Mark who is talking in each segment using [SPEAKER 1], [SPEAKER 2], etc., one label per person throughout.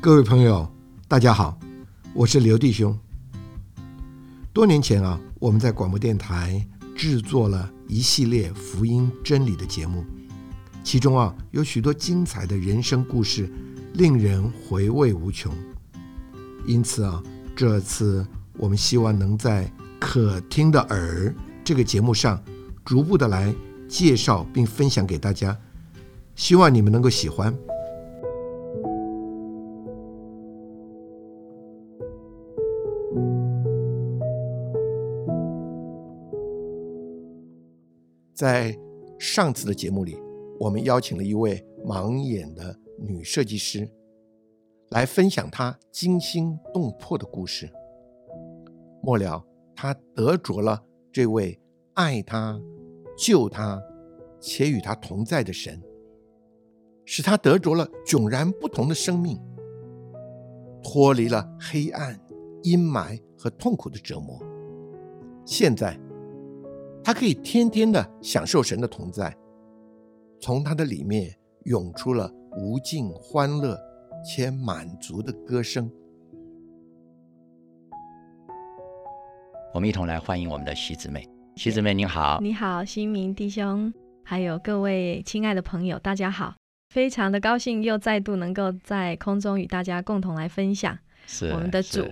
[SPEAKER 1] 各位朋友，大家好，我是刘弟兄。多年前啊，我们在广播电台制作了一系列福音真理的节目，其中啊有许多精彩的人生故事，令人回味无穷。因此啊，这次我们希望能在《可听的耳》这个节目上，逐步的来介绍并分享给大家，希望你们能够喜欢。在上次的节目里，我们邀请了一位盲眼的女设计师，来分享她惊心动魄的故事。末了，她得着了这位爱她、救她且与她同在的神，使她得着了迥然不同的生命，脱离了黑暗、阴霾和痛苦的折磨。现在。他可以天天的享受神的同在，从他的里面涌出了无尽欢乐且满足的歌声。
[SPEAKER 2] 我们一同来欢迎我们的徐姊妹。徐姊妹您好，
[SPEAKER 3] 你好，新民弟兄，还有各位亲爱的朋友，大家好！非常的高兴又再度能够在空中与大家共同来分享。
[SPEAKER 2] 是
[SPEAKER 3] 我们的
[SPEAKER 2] 是
[SPEAKER 3] 主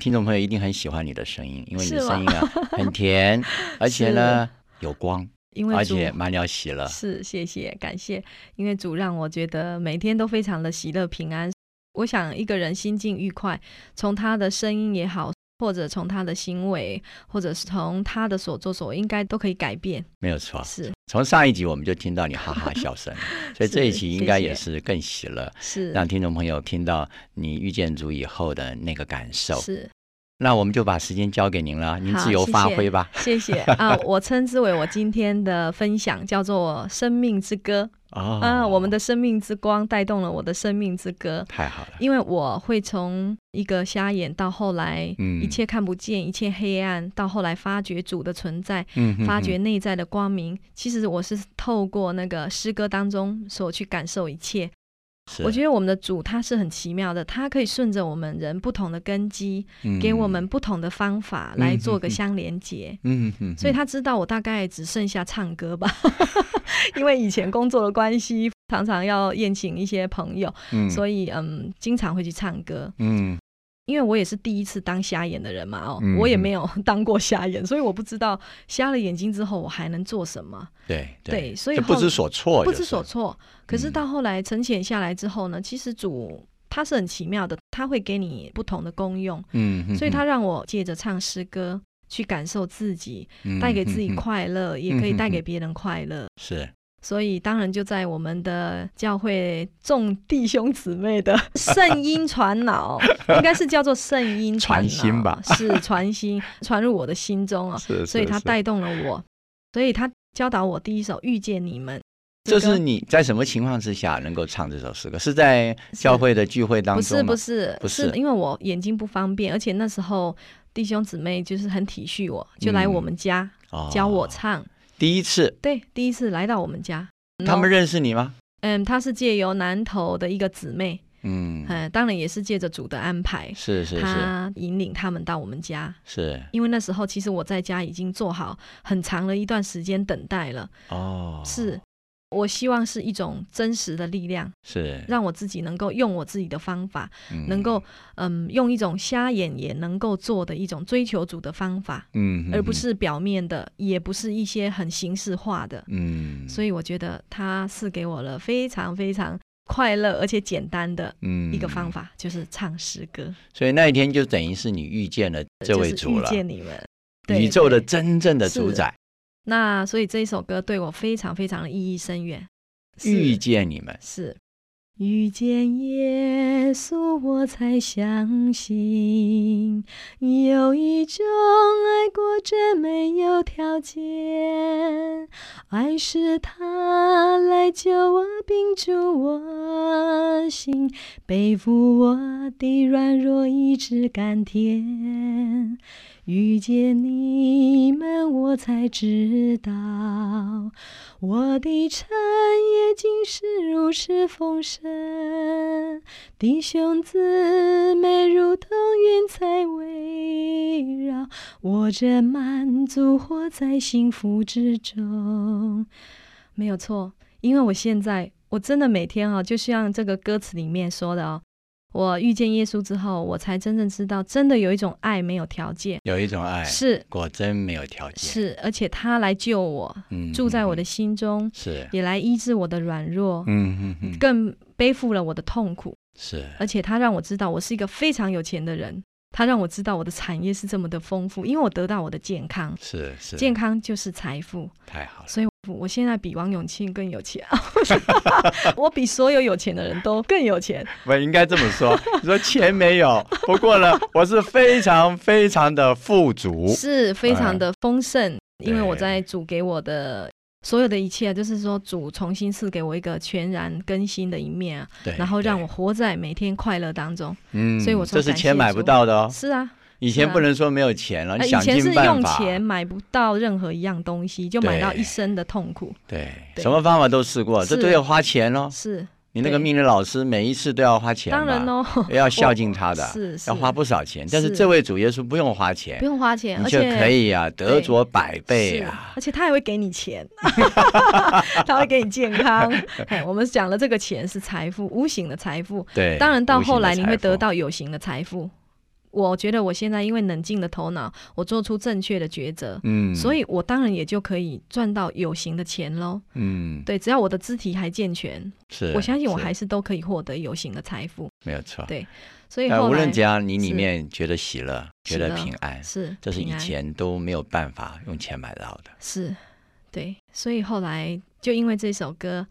[SPEAKER 2] 听众朋友一定很喜欢你的声音，因为你的
[SPEAKER 3] 是吗
[SPEAKER 2] 声音 啊很甜，而且呢有光，
[SPEAKER 3] 因为
[SPEAKER 2] 而
[SPEAKER 3] 主
[SPEAKER 2] 且满了喜乐。
[SPEAKER 3] 是，谢谢，感谢，因为主让我觉得每天都非常的喜乐平安。我想一个人心境愉快，从他的声音也好，或者从他的行为，或者是从他的所作所为，应该都可以改变。
[SPEAKER 2] 没有错，
[SPEAKER 3] 是
[SPEAKER 2] 从上一集我们就听到你哈哈笑 声，所以这一
[SPEAKER 3] 是
[SPEAKER 2] 集应
[SPEAKER 3] 谢
[SPEAKER 2] 该
[SPEAKER 3] 谢
[SPEAKER 2] 也是更喜乐，
[SPEAKER 3] 是
[SPEAKER 2] 让听众朋友听到你遇见主以后的那个感受。
[SPEAKER 3] 是，
[SPEAKER 2] 那我们就把时间交给您了，您
[SPEAKER 3] 好
[SPEAKER 2] 自由
[SPEAKER 3] 谢
[SPEAKER 2] 发
[SPEAKER 3] 谢
[SPEAKER 2] 挥吧。
[SPEAKER 3] 谢 谢啊！我称之为我今天的分享叫做《生命之歌》
[SPEAKER 2] 哦，
[SPEAKER 3] 啊，我们的生命之光带动了我的生命之歌。
[SPEAKER 2] 太好了，
[SPEAKER 3] 因为我会从一个瞎眼到后来，
[SPEAKER 2] 嗯
[SPEAKER 3] 一切看不见，一切黑暗，到后来发掘主的存在，
[SPEAKER 2] 嗯哼
[SPEAKER 3] 发
[SPEAKER 2] 哼
[SPEAKER 3] 掘内在的光明。其实我是透过那个诗歌当中所去感受一切。
[SPEAKER 2] 是
[SPEAKER 3] 我觉得我们的主他是很奇妙的，他可以顺着我们人不同的根基，
[SPEAKER 2] 嗯
[SPEAKER 3] 给我们不同的方法来做个相连接。
[SPEAKER 2] 嗯哼，
[SPEAKER 3] 所以他知道我大概只剩下唱歌吧， 因为以前工作的关系，常常要宴请一些朋友，
[SPEAKER 2] 嗯
[SPEAKER 3] 所以嗯，经常会去唱歌。
[SPEAKER 2] 嗯
[SPEAKER 3] 因为我也是第一次当瞎眼的人嘛，哦，
[SPEAKER 2] 嗯
[SPEAKER 3] 我也没有当过瞎眼，所以我不知道瞎了眼睛之后我还能做什么，
[SPEAKER 2] 对
[SPEAKER 3] 对所以
[SPEAKER 2] 就不
[SPEAKER 3] 后
[SPEAKER 2] 知所措，
[SPEAKER 3] 不
[SPEAKER 2] 有
[SPEAKER 3] 知
[SPEAKER 2] 时候
[SPEAKER 3] 所措。可是
[SPEAKER 2] 嗯
[SPEAKER 3] 到后来沉潜下来之后呢，其实主他是很奇妙的，他会给你不同的功用，
[SPEAKER 2] 嗯哼，
[SPEAKER 3] 所以他让我借着唱诗歌去感受自己，
[SPEAKER 2] 嗯
[SPEAKER 3] 带给自己
[SPEAKER 2] 哼哼
[SPEAKER 3] 快乐，也可以带给别人快乐。
[SPEAKER 2] 是
[SPEAKER 3] 所以当然就在我们的教会众弟兄姊 妹的圣音传脑，应该是叫做圣音传脑
[SPEAKER 2] 传心吧
[SPEAKER 3] 是 传心传入我的心中啊，
[SPEAKER 2] 是，
[SPEAKER 3] 所以
[SPEAKER 2] 是
[SPEAKER 3] 他
[SPEAKER 2] 是
[SPEAKER 3] 带动了我，所以他教导我第一首遇见你们，
[SPEAKER 2] 这
[SPEAKER 3] 歌
[SPEAKER 2] 是你在什么情况之下能够唱这首诗歌？是在教会的聚会当
[SPEAKER 3] 不
[SPEAKER 2] 中
[SPEAKER 3] 是
[SPEAKER 2] 吗
[SPEAKER 3] 不是
[SPEAKER 2] 不
[SPEAKER 3] 是
[SPEAKER 2] 是
[SPEAKER 3] 因为我眼睛不方便，而且那时候弟兄姊妹就是很体恤我，就来我们家、
[SPEAKER 2] 哦
[SPEAKER 3] 教我唱，
[SPEAKER 2] 第一次，
[SPEAKER 3] 对，第一次来到我们家，
[SPEAKER 2] 他们
[SPEAKER 3] 然后
[SPEAKER 2] 认识你吗？
[SPEAKER 3] 嗯，她是借由南头的一个姊妹，
[SPEAKER 2] 嗯，
[SPEAKER 3] 嗯，当然也是借着主的安排，
[SPEAKER 2] 是是是
[SPEAKER 3] 他引领他们到我们家，
[SPEAKER 2] 是
[SPEAKER 3] 因为那时候其实我在家已经做好很长的一段时间等待了。
[SPEAKER 2] 哦，
[SPEAKER 3] 是，我希望是一种真实的力量，
[SPEAKER 2] 是
[SPEAKER 3] 让我自己能够用我自己的方法，能
[SPEAKER 2] 嗯
[SPEAKER 3] 够嗯用一种瞎眼也能够做的一种追求主的方法，
[SPEAKER 2] 嗯哼
[SPEAKER 3] 而不
[SPEAKER 2] 哼
[SPEAKER 3] 是表面的，也不是一些很形式化的。
[SPEAKER 2] 嗯，
[SPEAKER 3] 所以我觉得他是给我了非常非常快乐而且简单的
[SPEAKER 2] 嗯
[SPEAKER 3] 一个方。法，就是唱诗歌，
[SPEAKER 2] 所以那一天就等于是你遇见了这位
[SPEAKER 3] 就是
[SPEAKER 2] 主
[SPEAKER 3] 遇
[SPEAKER 2] 了，
[SPEAKER 3] 见你们。对
[SPEAKER 2] 宇宙的
[SPEAKER 3] 对
[SPEAKER 2] 真正的主
[SPEAKER 3] 是
[SPEAKER 2] 宰，
[SPEAKER 3] 那所以这一首歌对我非常非常的意义深远。是
[SPEAKER 2] 遇见你们，
[SPEAKER 3] 是遇见耶稣，我才相信有一种爱过真没有条件，爱是他来救我，并助我心，背负我的软弱，一直甘甜。遇见你们，我才知道。我的产业竟是如此丰盛，弟兄姊妹如同云彩围绕，我这满足活在幸福之中。没有错，因为我现在我真的每天啊，就像这个歌词里面说的哦，我遇见耶稣之后，我才真正知道，真的有一种爱没有条件，
[SPEAKER 2] 有一种爱，
[SPEAKER 3] 是
[SPEAKER 2] 果真没有条件，
[SPEAKER 3] 是，而且他来救我，
[SPEAKER 2] 嗯，
[SPEAKER 3] 住在我的
[SPEAKER 2] 嗯
[SPEAKER 3] 心中，
[SPEAKER 2] 是，
[SPEAKER 3] 也来医治我的软弱，
[SPEAKER 2] 嗯嗯嗯，
[SPEAKER 3] 更背负了我的痛苦。
[SPEAKER 2] 是
[SPEAKER 3] 而且他让我知道我是一个非常有钱的人，他让我知道我的产业是这么的丰富，因为我得到我的健康，
[SPEAKER 2] 是是，
[SPEAKER 3] 健康就是财富，
[SPEAKER 2] 太好了，
[SPEAKER 3] 所以我现在比王永庆更有钱， 我比所有有钱的人都更有钱，
[SPEAKER 2] 我应该这么说， 你说钱没有，不过呢，我是非常非常的富足，
[SPEAKER 3] 是非常的丰盛，因为
[SPEAKER 2] 哦哎对
[SPEAKER 3] 我在主给我的。所有的一切，就是说，主重新赐给我一个全然更新的一面啊，
[SPEAKER 2] 对，
[SPEAKER 3] 然后让
[SPEAKER 2] 哎对
[SPEAKER 3] 我，活在每天快乐当中。
[SPEAKER 2] 嗯，
[SPEAKER 3] 所以我说
[SPEAKER 2] 这是
[SPEAKER 3] 感
[SPEAKER 2] 钱
[SPEAKER 3] 谢
[SPEAKER 2] 买不
[SPEAKER 3] 主
[SPEAKER 2] 到的哦，
[SPEAKER 3] 是啊，
[SPEAKER 2] 以前
[SPEAKER 3] 啊
[SPEAKER 2] 不能说没有钱了，
[SPEAKER 3] 呃
[SPEAKER 2] 你
[SPEAKER 3] 以
[SPEAKER 2] 想
[SPEAKER 3] 前
[SPEAKER 2] 尽
[SPEAKER 3] 是
[SPEAKER 2] 办
[SPEAKER 3] 用
[SPEAKER 2] 法，
[SPEAKER 3] 钱买不到任何一样东西，就买到
[SPEAKER 2] 对
[SPEAKER 3] 一生的痛苦。
[SPEAKER 2] 对，
[SPEAKER 3] 对
[SPEAKER 2] 什么方法都试过，这
[SPEAKER 3] 是
[SPEAKER 2] 都要花钱哦。
[SPEAKER 3] 是，
[SPEAKER 2] 你那个
[SPEAKER 3] 对
[SPEAKER 2] 命理老师每一次都要花钱吧，
[SPEAKER 3] 当然喽，
[SPEAKER 2] 要孝敬他的，
[SPEAKER 3] 是是
[SPEAKER 2] 要花不少钱。但是
[SPEAKER 3] 是
[SPEAKER 2] 这位主耶稣不用花钱
[SPEAKER 3] 不，用花钱，
[SPEAKER 2] 你
[SPEAKER 3] 而
[SPEAKER 2] 却
[SPEAKER 3] 且
[SPEAKER 2] 可以啊，得
[SPEAKER 3] 对
[SPEAKER 2] 着百倍
[SPEAKER 3] 是
[SPEAKER 2] 啊。
[SPEAKER 3] 而且他还会给你钱， 他会给你健 康。哎，我们讲了这个钱是财富，无形的财富。
[SPEAKER 2] 对，
[SPEAKER 3] 当然到
[SPEAKER 2] 无形
[SPEAKER 3] 后来
[SPEAKER 2] 的
[SPEAKER 3] 你
[SPEAKER 2] 财
[SPEAKER 3] 会得
[SPEAKER 2] 富
[SPEAKER 3] 到有形的财富。我觉得我现在因为冷静的头脑，我做出正确的抉择，
[SPEAKER 2] 嗯，
[SPEAKER 3] 所
[SPEAKER 2] 以
[SPEAKER 3] 以我当然也就可以赚到有形的钱喽。
[SPEAKER 2] 嗯，
[SPEAKER 3] 对，只要我的肢体还健全，
[SPEAKER 2] 是，
[SPEAKER 3] 我相信我还
[SPEAKER 2] 是
[SPEAKER 3] 是都可以获得有形的财富。
[SPEAKER 2] 没有错。
[SPEAKER 3] 对所以
[SPEAKER 2] 但
[SPEAKER 3] 后
[SPEAKER 2] 呃无
[SPEAKER 3] 来
[SPEAKER 2] 论怎样，你里
[SPEAKER 3] 是
[SPEAKER 2] 面觉得喜乐，觉
[SPEAKER 3] 喜
[SPEAKER 2] 得
[SPEAKER 3] 乐
[SPEAKER 2] 平安，
[SPEAKER 3] 是
[SPEAKER 2] 这是
[SPEAKER 3] 平
[SPEAKER 2] 以
[SPEAKER 3] 安
[SPEAKER 2] 前都没有办法用钱买到的。
[SPEAKER 3] 是，对，所以后来就因为这首歌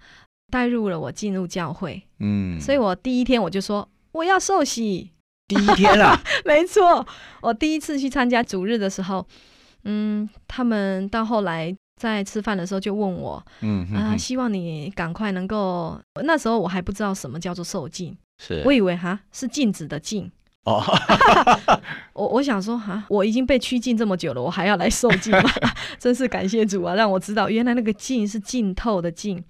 [SPEAKER 3] 带入了我进入教会，
[SPEAKER 2] 嗯，
[SPEAKER 3] 所以我第一天我就说我要受洗，
[SPEAKER 2] 第一天啊，
[SPEAKER 3] 没错，我第一次去参加主日的时候，嗯，他们到后来。在吃饭的时候就问我
[SPEAKER 2] 嗯哼
[SPEAKER 3] 啊、
[SPEAKER 2] 哼
[SPEAKER 3] 希望你赶快能够。那时候我还不知道什么叫做受禁，
[SPEAKER 2] 是
[SPEAKER 3] 我以为哈是禁止的禁。
[SPEAKER 2] 哦，
[SPEAKER 3] 我我想说哈，我已经被拘禁这么久了，我还要来受禁吗？ 真是感谢主啊，让我知道原来那个禁是浸透的禁，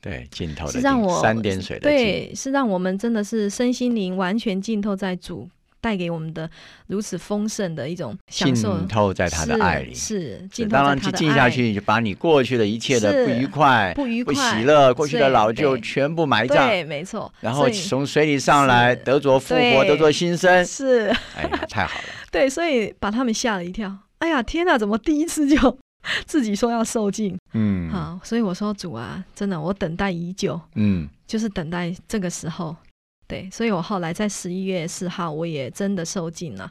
[SPEAKER 2] 对，镜头的
[SPEAKER 3] 是让
[SPEAKER 2] 镜
[SPEAKER 3] 我
[SPEAKER 2] 三点水的镜
[SPEAKER 3] 对，是让我们真的是身心灵完全浸透在主带给我们的如此丰盛的一种享受
[SPEAKER 2] 浸，透在他的爱里。
[SPEAKER 3] 是是
[SPEAKER 2] 是
[SPEAKER 3] 浸透
[SPEAKER 2] 当
[SPEAKER 3] 在
[SPEAKER 2] 然
[SPEAKER 3] 他
[SPEAKER 2] 去
[SPEAKER 3] 的
[SPEAKER 2] 静下
[SPEAKER 3] 爱，
[SPEAKER 2] 去，就把你过去的一切的不
[SPEAKER 3] 是
[SPEAKER 2] 愉快、
[SPEAKER 3] 不愉
[SPEAKER 2] 不
[SPEAKER 3] 快、
[SPEAKER 2] 喜乐、过去的
[SPEAKER 3] 对
[SPEAKER 2] 老旧
[SPEAKER 3] 对
[SPEAKER 2] 全部埋葬，
[SPEAKER 3] 对，没错，
[SPEAKER 2] 然后
[SPEAKER 3] 所以
[SPEAKER 2] 从水里上来，
[SPEAKER 3] 是
[SPEAKER 2] 得着复活，
[SPEAKER 3] 对
[SPEAKER 2] 得着新生。
[SPEAKER 3] 是
[SPEAKER 2] 哎呀，太好了！
[SPEAKER 3] 对，所以把他们吓了一跳。哎呀，天哪，怎么第一次就 自己说要受禁？
[SPEAKER 2] 嗯，
[SPEAKER 3] 好，所以我说主啊，真的，我等待已久。
[SPEAKER 2] 嗯，
[SPEAKER 3] 就是等待这个时候。对，所以我后来在十一月四号，我也真的受尽了。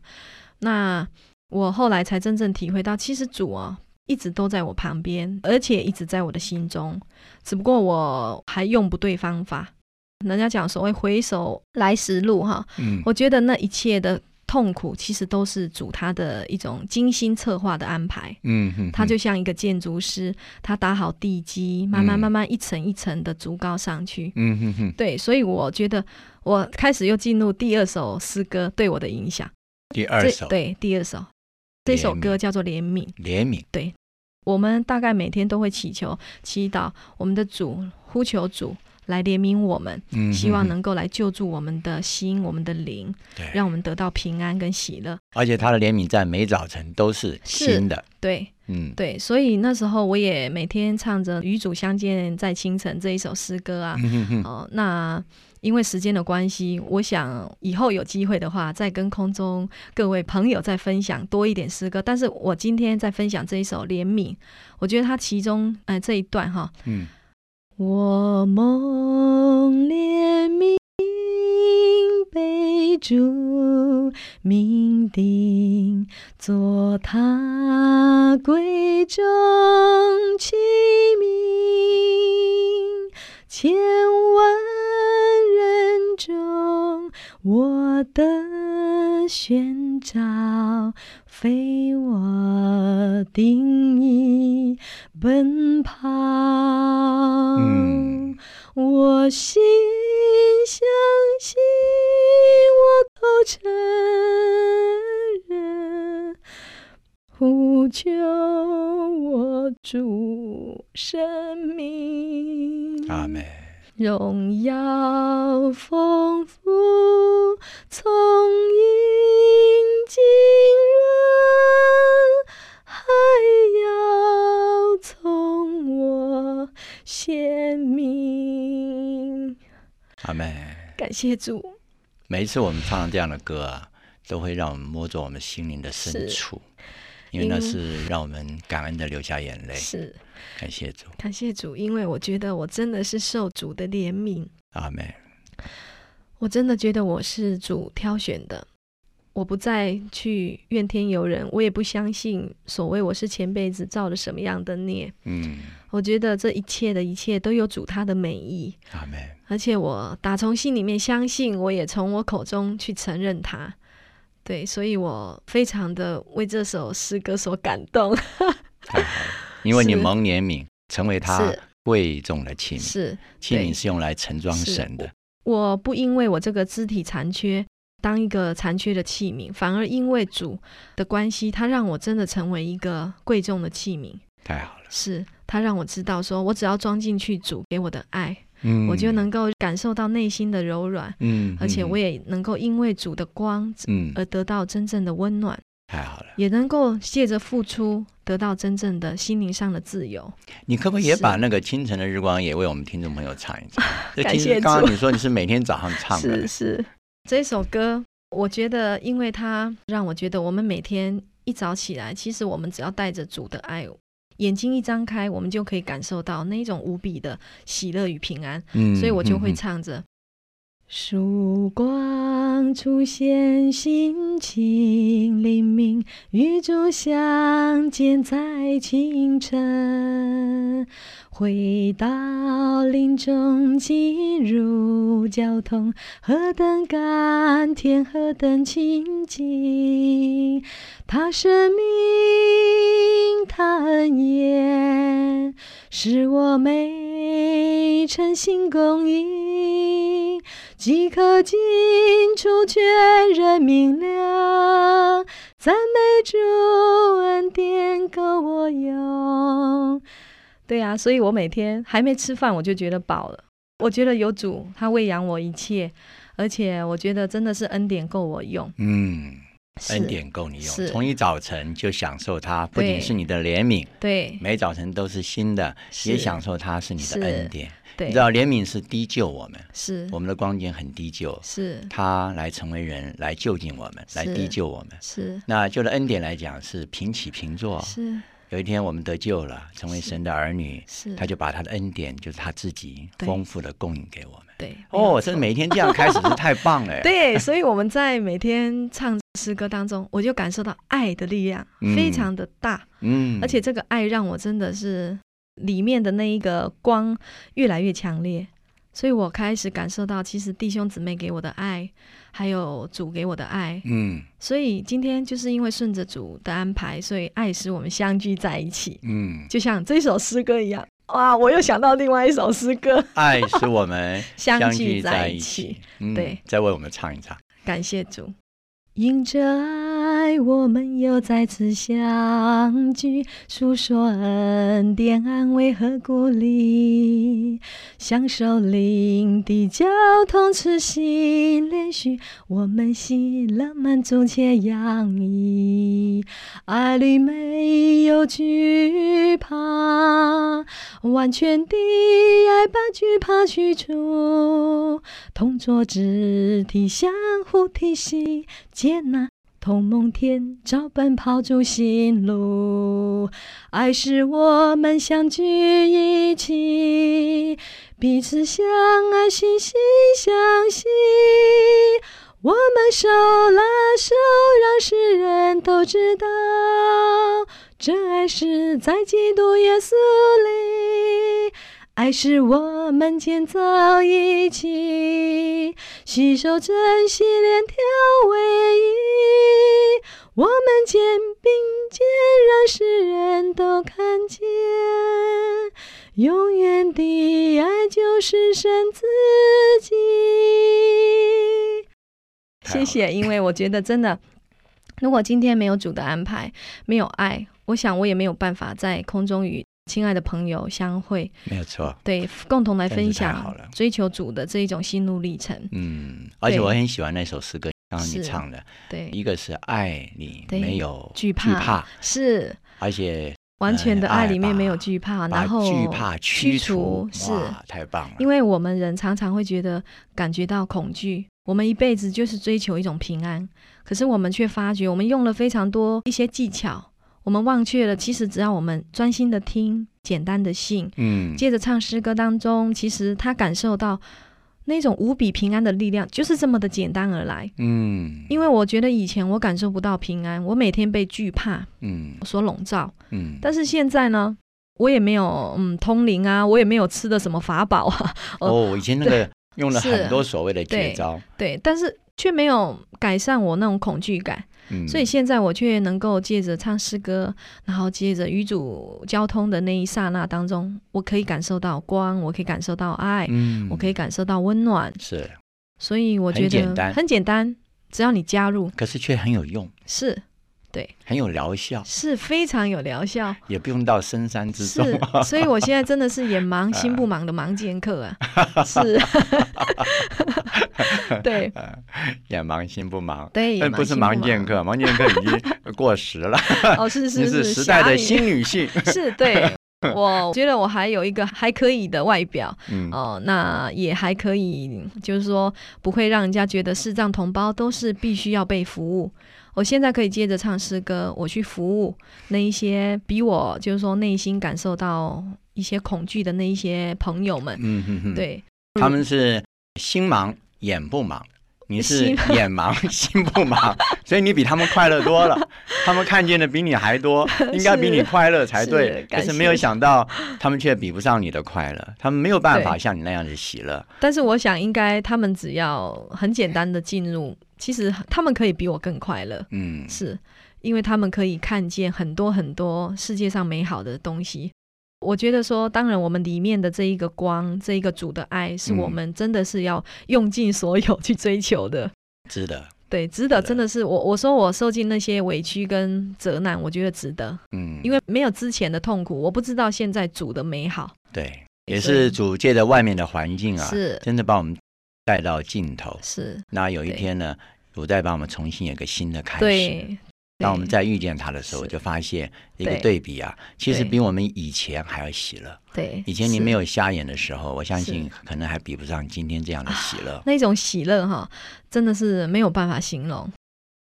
[SPEAKER 3] 那我后来才真正体会到，其实主啊一直都在我旁边，而且一直在我的心中，只不过我还用不对方法。人家讲所谓回首来时路哈，
[SPEAKER 2] 嗯
[SPEAKER 3] 我觉得那一切的痛苦，其实都是主他的一种精心策划的安排。
[SPEAKER 2] 嗯嗯，
[SPEAKER 3] 他就
[SPEAKER 2] 嗯
[SPEAKER 3] 像一个建筑师，他打好地基，慢慢
[SPEAKER 2] 嗯
[SPEAKER 3] 慢慢一层一层的竹高上去。
[SPEAKER 2] 嗯嗯嗯，
[SPEAKER 3] 对，所以我觉得我开始又进入第二首诗歌对我的影响。
[SPEAKER 2] 第
[SPEAKER 3] 这
[SPEAKER 2] 二首
[SPEAKER 3] 对第二首，这首
[SPEAKER 2] 怜悯
[SPEAKER 3] 歌叫做《怜悯》。
[SPEAKER 2] 怜悯，
[SPEAKER 3] 我们大概每天都会祈求、祈祷我们的主，呼求主来怜悯我们，
[SPEAKER 2] 嗯，
[SPEAKER 3] 希望
[SPEAKER 2] 嗯嗯
[SPEAKER 3] 能够来救助我们的心、我们的灵，
[SPEAKER 2] 对，
[SPEAKER 3] 让我们得到平安跟喜乐。
[SPEAKER 2] 而且他的怜悯在每早晨都是
[SPEAKER 3] 是
[SPEAKER 2] 新的，
[SPEAKER 3] 对
[SPEAKER 2] 嗯，
[SPEAKER 3] 对，所以那时候我也每天唱着《与主相见在清晨》这一首诗歌啊，
[SPEAKER 2] 嗯嗯嗯
[SPEAKER 3] 哦，那因为时间的关系，我想以后有机会的话，再跟空中各位朋友再分享多一点诗歌。但是我今天在分享这一首《怜悯》，我觉得它其中呃这一段哈，
[SPEAKER 2] 嗯，
[SPEAKER 3] 我梦怜悯被主命定，做他闺中其民，千万人中我的宣召，非我定义奔跑。
[SPEAKER 2] 嗯
[SPEAKER 3] 我心相信，我口承认，呼求我主生命。
[SPEAKER 2] 阿妹，
[SPEAKER 3] 荣耀丰富，从阴浸润，还要从我显明。
[SPEAKER 2] 阿妹。
[SPEAKER 3] 感谢主，
[SPEAKER 2] 每一次我们唱这样的歌啊，都会让我们摸着我们心灵的深处，因为那是让我们感恩的流下眼泪。
[SPEAKER 3] 是
[SPEAKER 2] 感谢主，
[SPEAKER 3] 感谢主，因为我觉得我真的是受主的怜悯，
[SPEAKER 2] 阿妹。
[SPEAKER 3] 我真的觉得我是主挑选的。我不再去怨天尤人，我也不相信所谓我是前辈子造了什么样的孽。
[SPEAKER 2] 嗯，
[SPEAKER 3] 我觉得这一切的一切都有主他的美意。
[SPEAKER 2] 阿妹，
[SPEAKER 3] 而且我打从心里面相信，我也从我口中去承认他。对，所以我非常的为这首诗歌所感动。
[SPEAKER 2] 太好了，因为你蒙怜悯，成为他
[SPEAKER 3] 是
[SPEAKER 2] 贵重的器皿。
[SPEAKER 3] 是
[SPEAKER 2] 器
[SPEAKER 3] 对
[SPEAKER 2] 皿是用来盛装神的。
[SPEAKER 3] 我不因为我这个肢体残缺当一个残缺的器皿，反而因为主的关系，他让我真的成为一个贵重的器皿。
[SPEAKER 2] 太好了，
[SPEAKER 3] 是他让我知道说，我只要装进去主给我的爱，
[SPEAKER 2] 嗯
[SPEAKER 3] 我就能够感受到内心的柔软，
[SPEAKER 2] 嗯，
[SPEAKER 3] 而且我
[SPEAKER 2] 也
[SPEAKER 3] 也能够因为主的光
[SPEAKER 2] 嗯，
[SPEAKER 3] 而得到真正的温暖。
[SPEAKER 2] 太好了。
[SPEAKER 3] 也能够借着付出得到真正的心灵上的自由。
[SPEAKER 2] 你可不可以也
[SPEAKER 3] 是
[SPEAKER 2] 把那个清晨的日光也为我们听众朋友唱一 唱？这
[SPEAKER 3] 感
[SPEAKER 2] 其实
[SPEAKER 3] 谢
[SPEAKER 2] 刚
[SPEAKER 3] 主
[SPEAKER 2] 刚你说你是每天早上唱的
[SPEAKER 3] 是，是，这首歌我觉得，因为它让我觉得我们每天一早起来，其实我们只要带着主的爱。眼睛一张开，我们就可以感受到那种无比的喜乐与平安，
[SPEAKER 2] 嗯，
[SPEAKER 3] 所以我就会
[SPEAKER 2] 嗯。嗯
[SPEAKER 3] 唱着：曙光出现，心情灵明，与主相见在清晨，回到林中进入交通，何等甘甜，何等亲近，他生命，他恩言，使我每诚心供应，即可进出全人啊明亮。赞美主恩典嗯够我用。对啊，所以我每天还没吃饭我就觉得饱了。我觉得有主，他喂养我一切，而且我觉得真的是恩典够我用。
[SPEAKER 2] 嗯，
[SPEAKER 3] 是
[SPEAKER 2] 恩典够你用，
[SPEAKER 3] 是
[SPEAKER 2] 从一早晨就享受它，不仅
[SPEAKER 3] 对
[SPEAKER 2] 是你的怜悯，
[SPEAKER 3] 对
[SPEAKER 2] 每早晨都是新的，
[SPEAKER 3] 是
[SPEAKER 2] 也享受它是你的恩典。
[SPEAKER 3] 对
[SPEAKER 2] 你知，道怜悯是低救我们，
[SPEAKER 3] 是
[SPEAKER 2] 我们的光景很低就，
[SPEAKER 3] 是
[SPEAKER 2] 他来成为人，来救近我们，
[SPEAKER 3] 是
[SPEAKER 2] 来低救我们。
[SPEAKER 3] 是
[SPEAKER 2] 那就着恩典来讲，是平起平坐。
[SPEAKER 3] 是
[SPEAKER 2] 有一天我们得救了，成为神的儿女，
[SPEAKER 3] 是，
[SPEAKER 2] 他就把他的恩典，就是他自己
[SPEAKER 3] 对
[SPEAKER 2] 丰富的供应给我们。
[SPEAKER 3] 对
[SPEAKER 2] 哦，这每天这样开始是太棒了。，
[SPEAKER 3] 对，所以我们在每天唱诗歌当中，我就感受到爱的力量
[SPEAKER 2] 嗯
[SPEAKER 3] 非常的大，
[SPEAKER 2] 嗯，
[SPEAKER 3] 而且这个爱让我真的是里面的那一个光越来越强烈，所以我开始感受到，其实弟兄姊妹给我的爱，还有主给我的爱，
[SPEAKER 2] 嗯
[SPEAKER 3] 所以今天就是因为顺着主的安排，所以爱使我们相聚在一起，
[SPEAKER 2] 嗯，
[SPEAKER 3] 就像这首诗歌一样。哇！我又想到另外一首诗歌，
[SPEAKER 2] 爱使我们
[SPEAKER 3] 相
[SPEAKER 2] 相
[SPEAKER 3] 聚
[SPEAKER 2] 聚
[SPEAKER 3] 在
[SPEAKER 2] 在
[SPEAKER 3] 一
[SPEAKER 2] 一
[SPEAKER 3] 起
[SPEAKER 2] 起。嗯
[SPEAKER 3] 对，
[SPEAKER 2] 再为我们唱一唱。
[SPEAKER 3] 感谢主。因着爱，我们又再次相聚，诉说恩典、安慰和鼓励，享受灵的交通，痴心连续，我们喜乐满足且洋溢，爱里没有惧怕，完全的爱把惧怕驱除。同桌肢体相互提醒，接纳同梦天朝奔跑出新路。爱使我们相聚一起，彼此相爱，惺惺相惜。我们手拉手，让世人都知道，这爱是在基督耶稣里。爱是我们建造一起，携手珍惜链条唯一。我们肩并肩，让世人都看见，永远的爱就是神自己。
[SPEAKER 2] 太好
[SPEAKER 3] 谢谢，因为我觉得真的，如果今天没有主的安排，没有爱，我想我也没有办法在空中与亲爱的朋友相会，
[SPEAKER 2] 没有错。
[SPEAKER 3] 对，共同来
[SPEAKER 2] 真是
[SPEAKER 3] 分
[SPEAKER 2] 太好了
[SPEAKER 3] 享追求主的这一种心路历程。
[SPEAKER 2] 嗯，而且
[SPEAKER 3] 对
[SPEAKER 2] 我很喜欢那首诗歌，刚刚你
[SPEAKER 3] 是
[SPEAKER 2] 唱的，
[SPEAKER 3] 对，
[SPEAKER 2] 一个是爱你
[SPEAKER 3] 对
[SPEAKER 2] 没有
[SPEAKER 3] 惧
[SPEAKER 2] 怕，
[SPEAKER 3] 怕是
[SPEAKER 2] 而且
[SPEAKER 3] 完全的爱
[SPEAKER 2] 爱
[SPEAKER 3] 里面
[SPEAKER 2] 吧
[SPEAKER 3] 没有惧怕，
[SPEAKER 2] 把
[SPEAKER 3] 啊然后
[SPEAKER 2] 惧怕驱
[SPEAKER 3] 除是。
[SPEAKER 2] 哇太棒了。
[SPEAKER 3] 因为我们人常常会觉得感觉到恐惧，我们一辈子就是追求一种平安，可是我们却发觉，我们用了非常多一些技巧，我们忘却了，其实只要我们专心的听，简单的信，
[SPEAKER 2] 嗯，
[SPEAKER 3] 接着唱诗歌当中，其实他感受到那种无比平安的力量，就是这么的简单而来。
[SPEAKER 2] 嗯，
[SPEAKER 3] 因为我觉得以前我感受不到平安，我每天被惧怕
[SPEAKER 2] 嗯
[SPEAKER 3] 所笼罩，
[SPEAKER 2] 嗯，
[SPEAKER 3] 但是现在呢，我也没有嗯通灵啊，我也没有吃的什么法宝啊，
[SPEAKER 2] 哦，以前那个用了
[SPEAKER 3] 是
[SPEAKER 2] 很多所谓的绝
[SPEAKER 3] 对
[SPEAKER 2] 招，
[SPEAKER 3] 对，但是却没有改善我那种恐惧感，
[SPEAKER 2] 嗯，
[SPEAKER 3] 所以现在我却能够借着唱诗歌，然后借着与主交通的那一刹那当中，我可以感受到光，我可以感受到爱，
[SPEAKER 2] 嗯，
[SPEAKER 3] 我可以感受到温暖，
[SPEAKER 2] 是，
[SPEAKER 3] 所以我
[SPEAKER 2] 很
[SPEAKER 3] 觉得
[SPEAKER 2] 简单
[SPEAKER 3] 很简单只要你加入，
[SPEAKER 2] 可是却很有用，
[SPEAKER 3] 是
[SPEAKER 2] 很有疗效，
[SPEAKER 3] 是非常有疗效，
[SPEAKER 2] 也不用到深山之
[SPEAKER 3] 是
[SPEAKER 2] 中啊，
[SPEAKER 3] 所以我现在真的是也忙心不忙的忙剑客啊， 是， 对
[SPEAKER 2] 也忙心不忙。呃
[SPEAKER 3] 对，也
[SPEAKER 2] 哎但不是
[SPEAKER 3] 心
[SPEAKER 2] 盲
[SPEAKER 3] 忙
[SPEAKER 2] 剑客，盲剑客已经过时了，
[SPEAKER 3] 哦，是
[SPEAKER 2] 你
[SPEAKER 3] 是
[SPEAKER 2] 是
[SPEAKER 3] 是
[SPEAKER 2] 时代
[SPEAKER 3] 侠
[SPEAKER 2] 的
[SPEAKER 3] 女
[SPEAKER 2] 新女性。
[SPEAKER 3] 是对我觉得我还有一个还可以的外表
[SPEAKER 2] 嗯，
[SPEAKER 3] 哦、那也还可以，就是说不会让人家觉得视障同胞都是必须要被服务。我现在可以接着唱诗歌，我去服务那一些比我就是说内心感受到一些恐惧的那一些朋友们。
[SPEAKER 2] 嗯哼哼，，
[SPEAKER 3] 对，
[SPEAKER 2] 他们是心盲眼不盲，你是
[SPEAKER 3] 心
[SPEAKER 2] 眼盲 心不盲，所以你比他们快乐多 了。他们看见的比你还多，应该比你
[SPEAKER 3] 是
[SPEAKER 2] 快乐才
[SPEAKER 3] 是
[SPEAKER 2] 对。可
[SPEAKER 3] 感
[SPEAKER 2] 是没有
[SPEAKER 3] 谢
[SPEAKER 2] 想到，他们却比不上你的快乐，他们没有办法
[SPEAKER 3] 对
[SPEAKER 2] 像你那样的喜乐。
[SPEAKER 3] 但是我想应该他们只要很简单的进入，其实他们可以比我更快乐。
[SPEAKER 2] 嗯，
[SPEAKER 3] 是因为他们可以看见很多很多世界上美好的东西。我觉得说，当然我们里面的这一个光，这一个主的爱，是我
[SPEAKER 2] 嗯
[SPEAKER 3] 们真的是要用尽所有去追求的。
[SPEAKER 2] 值得。
[SPEAKER 3] 对，值得，
[SPEAKER 2] 是的
[SPEAKER 3] 真的是我我说我受尽那些委屈跟责难，我觉得值得，
[SPEAKER 2] 嗯，
[SPEAKER 3] 因为没有之前的痛苦，我不知道现在主的美好。
[SPEAKER 2] 对，也
[SPEAKER 3] 所以
[SPEAKER 2] 是主借着外面的环境啊，
[SPEAKER 3] 是
[SPEAKER 2] 真的把我们带到尽头。
[SPEAKER 3] 是，
[SPEAKER 2] 那有一
[SPEAKER 3] 对
[SPEAKER 2] 天呢，主再把我们重新有一个新的开始。
[SPEAKER 3] 对，
[SPEAKER 2] 当我们
[SPEAKER 3] 对
[SPEAKER 2] 再遇见他的时候，
[SPEAKER 3] 是
[SPEAKER 2] 就发现一个
[SPEAKER 3] 对
[SPEAKER 2] 对比啊，其实
[SPEAKER 3] 对
[SPEAKER 2] 比我们以前还要喜乐。
[SPEAKER 3] 对，
[SPEAKER 2] 以前你没
[SPEAKER 3] 有
[SPEAKER 2] 有瞎眼的时候，我相信可能还比不上今天这样的喜乐，
[SPEAKER 3] 那种喜乐哈，真的是没有办法形容。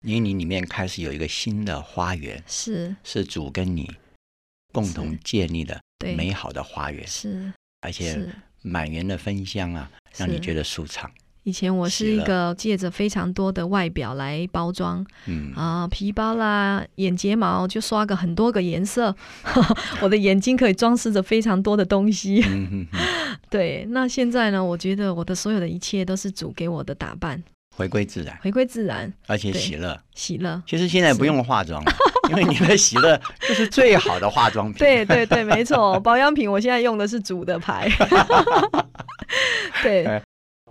[SPEAKER 2] 因为你里面开始有一个新的花园，
[SPEAKER 3] 是，
[SPEAKER 2] 是主跟你共同
[SPEAKER 3] 是
[SPEAKER 2] 建立的
[SPEAKER 3] 对，
[SPEAKER 2] 美好的花园，
[SPEAKER 3] 是
[SPEAKER 2] 而且
[SPEAKER 3] 是。
[SPEAKER 2] 满园的芬香啊，让你
[SPEAKER 3] 是
[SPEAKER 2] 觉得舒畅。
[SPEAKER 3] 以前我
[SPEAKER 2] 喜
[SPEAKER 3] 是一
[SPEAKER 2] 乐
[SPEAKER 3] 个借着非常多的外表来包装
[SPEAKER 2] 嗯，
[SPEAKER 3] 啊、皮包啦、眼睫毛就刷个很多个颜色， 我的眼睛可以装饰着非常多的东西。
[SPEAKER 2] 嗯哼哼。
[SPEAKER 3] 对，那现在呢，我觉得我的所有的一切都是主给我的打扮，
[SPEAKER 2] 回归自然，
[SPEAKER 3] 回归自然，
[SPEAKER 2] 而且
[SPEAKER 3] 对
[SPEAKER 2] 喜乐。
[SPEAKER 3] 喜乐。
[SPEAKER 2] 其实现在不用化妆了，因为你的喜乐就是最好的化妆品。
[SPEAKER 3] 对对对，没错，保养品我现在用的是主的牌。 对
[SPEAKER 2] 哎，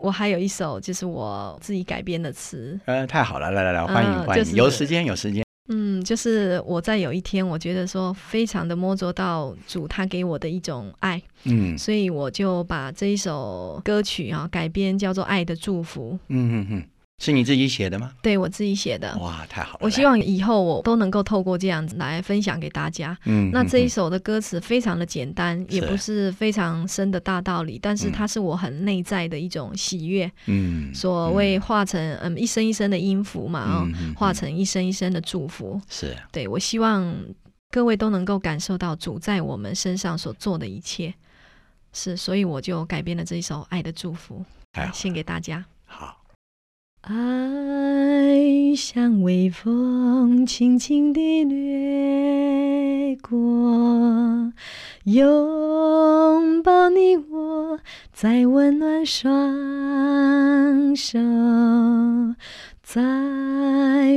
[SPEAKER 3] 我还有一首就是我自己改编的词，
[SPEAKER 2] 呃，太好了，来来来，欢迎
[SPEAKER 3] 嗯
[SPEAKER 2] 欢
[SPEAKER 3] 就
[SPEAKER 2] 迎，
[SPEAKER 3] 是
[SPEAKER 2] 有时间有时间。
[SPEAKER 3] 嗯，就是我在有一天，我觉得说非常的摸着到主他给我的一种爱，
[SPEAKER 2] 嗯
[SPEAKER 3] 所以我就把这一首歌曲啊改编叫做《爱的祝福
[SPEAKER 2] 嗯嗯嗯，是你自己写的吗》，？
[SPEAKER 3] 对我自己写的。
[SPEAKER 2] 哇，太好了！
[SPEAKER 3] 嗯我希
[SPEAKER 2] 来，
[SPEAKER 3] 望以后我都能够透过这样子来分享给大家。
[SPEAKER 2] 嗯，
[SPEAKER 3] 那
[SPEAKER 2] 嗯
[SPEAKER 3] 这一
[SPEAKER 2] 嗯
[SPEAKER 3] 首的歌词非常的简单，也
[SPEAKER 2] 是
[SPEAKER 3] 不是非常深的大道理，但是
[SPEAKER 2] 嗯
[SPEAKER 3] 它是我很内在的一种喜悦，
[SPEAKER 2] 嗯，
[SPEAKER 3] 所谓化成嗯一声一声的音符嘛，哦，
[SPEAKER 2] 嗯嗯
[SPEAKER 3] 化
[SPEAKER 2] 嗯
[SPEAKER 3] 成嗯一声一声的祝福。
[SPEAKER 2] 是
[SPEAKER 3] 对我希望各位都能够感受到主在我们身上所做的一切，是，所以我就改编了这一首《爱的祝福
[SPEAKER 2] 太》，好
[SPEAKER 3] 献给大家。
[SPEAKER 2] 好，
[SPEAKER 3] 爱像微风，轻轻地掠过，拥抱你我，在温暖双手，在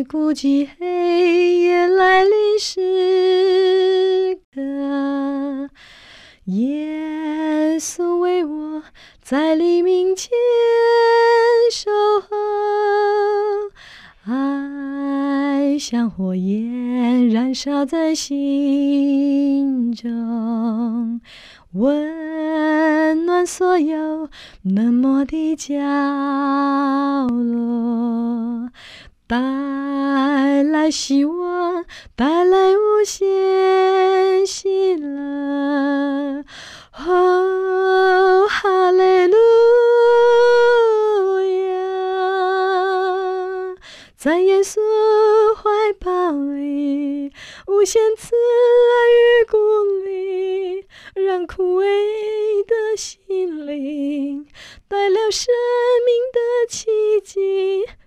[SPEAKER 3] 孤寂黑夜来临时刻，耶稣为我在黎明前守候。爱像火焰燃烧在心中，温暖所有冷漠的角落，带来希望，带来无限喜乐。哦，哈利路亚，在耶稣怀抱里，无限慈爱与鼓励，让枯萎的心灵带了生命的奇迹，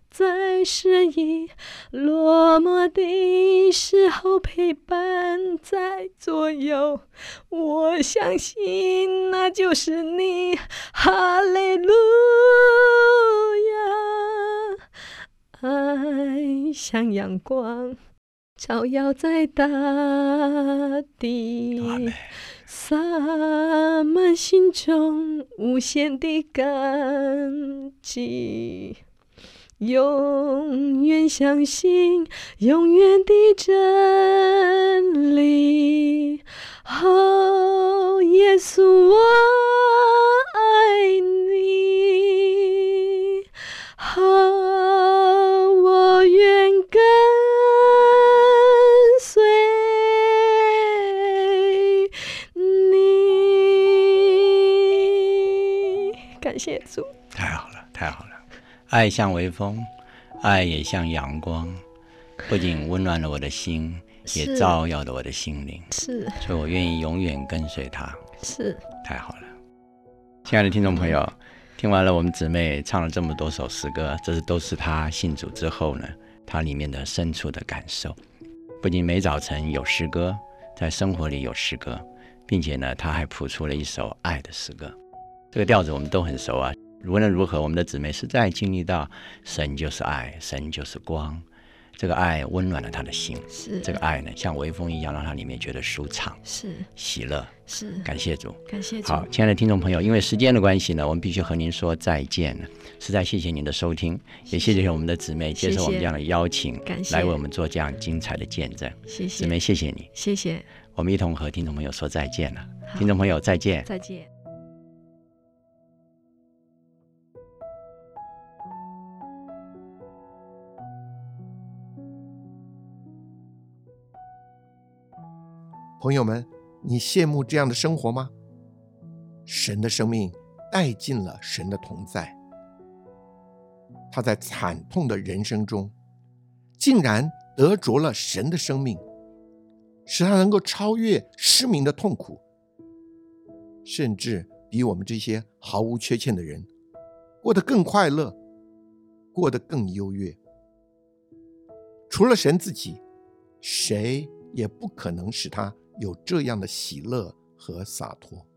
[SPEAKER 3] 在失意落寞的时候陪伴在左右。我相信那就是你，哈利路亚。爱像阳光，照耀在大地，
[SPEAKER 2] 阿妹，
[SPEAKER 3] 洒满心中无限的感激。永远相信，永远的真理。哦，耶稣，我爱你。哦，我愿跟随你。感谢主，
[SPEAKER 2] 太好了，太好了！爱像微风，爱也像阳光，不仅温暖了我的心，也
[SPEAKER 3] 是
[SPEAKER 2] 照耀了我的心灵，
[SPEAKER 3] 是
[SPEAKER 2] 所以我愿意永远跟随他。
[SPEAKER 3] 是，
[SPEAKER 2] 太好了，亲爱的听众朋友，听完了我们姊妹唱了这么多首诗歌，这是都是她信主之后呢，她里面的深处的感受。不仅每早晨有诗歌，在生活里有诗歌，并且呢，她还谱出了一首爱的诗歌。这个调子我们都很熟啊。无论如何，我们的姊妹是在经历到神就是爱，神就是光，这个爱温暖了她的心，
[SPEAKER 3] 是
[SPEAKER 2] 这个爱呢像微风一样，让她里面觉得舒畅、
[SPEAKER 3] 是
[SPEAKER 2] 喜乐。
[SPEAKER 3] 是，
[SPEAKER 2] 感谢主。
[SPEAKER 3] 感谢主，
[SPEAKER 2] 好，亲爱的听众朋友，因为时间的关系呢，我们必须和您说再见了。实在谢谢您的收听，也谢谢我们的姊妹接受我
[SPEAKER 3] 谢
[SPEAKER 2] 们
[SPEAKER 3] 谢
[SPEAKER 2] 这样的邀请，
[SPEAKER 3] 感谢
[SPEAKER 2] 来为我们做这样精彩的见证。
[SPEAKER 3] 谢
[SPEAKER 2] 姊
[SPEAKER 3] 谢
[SPEAKER 2] 妹，谢谢你，
[SPEAKER 3] 谢谢，
[SPEAKER 2] 我们一同和听众朋友说再见了。
[SPEAKER 3] 好
[SPEAKER 2] 听众朋友，再见。
[SPEAKER 3] 再见。
[SPEAKER 1] 朋友们，你羡慕这样的生活吗？神的生命带进了神的同在，他在惨痛的人生中，竟然得着了神的生命，使他能够超越失明的痛苦，甚至比我们这些毫无缺欠的人过得更快乐，过得更优越。除了神自己，谁也不可能使他有这样的喜乐和洒脱。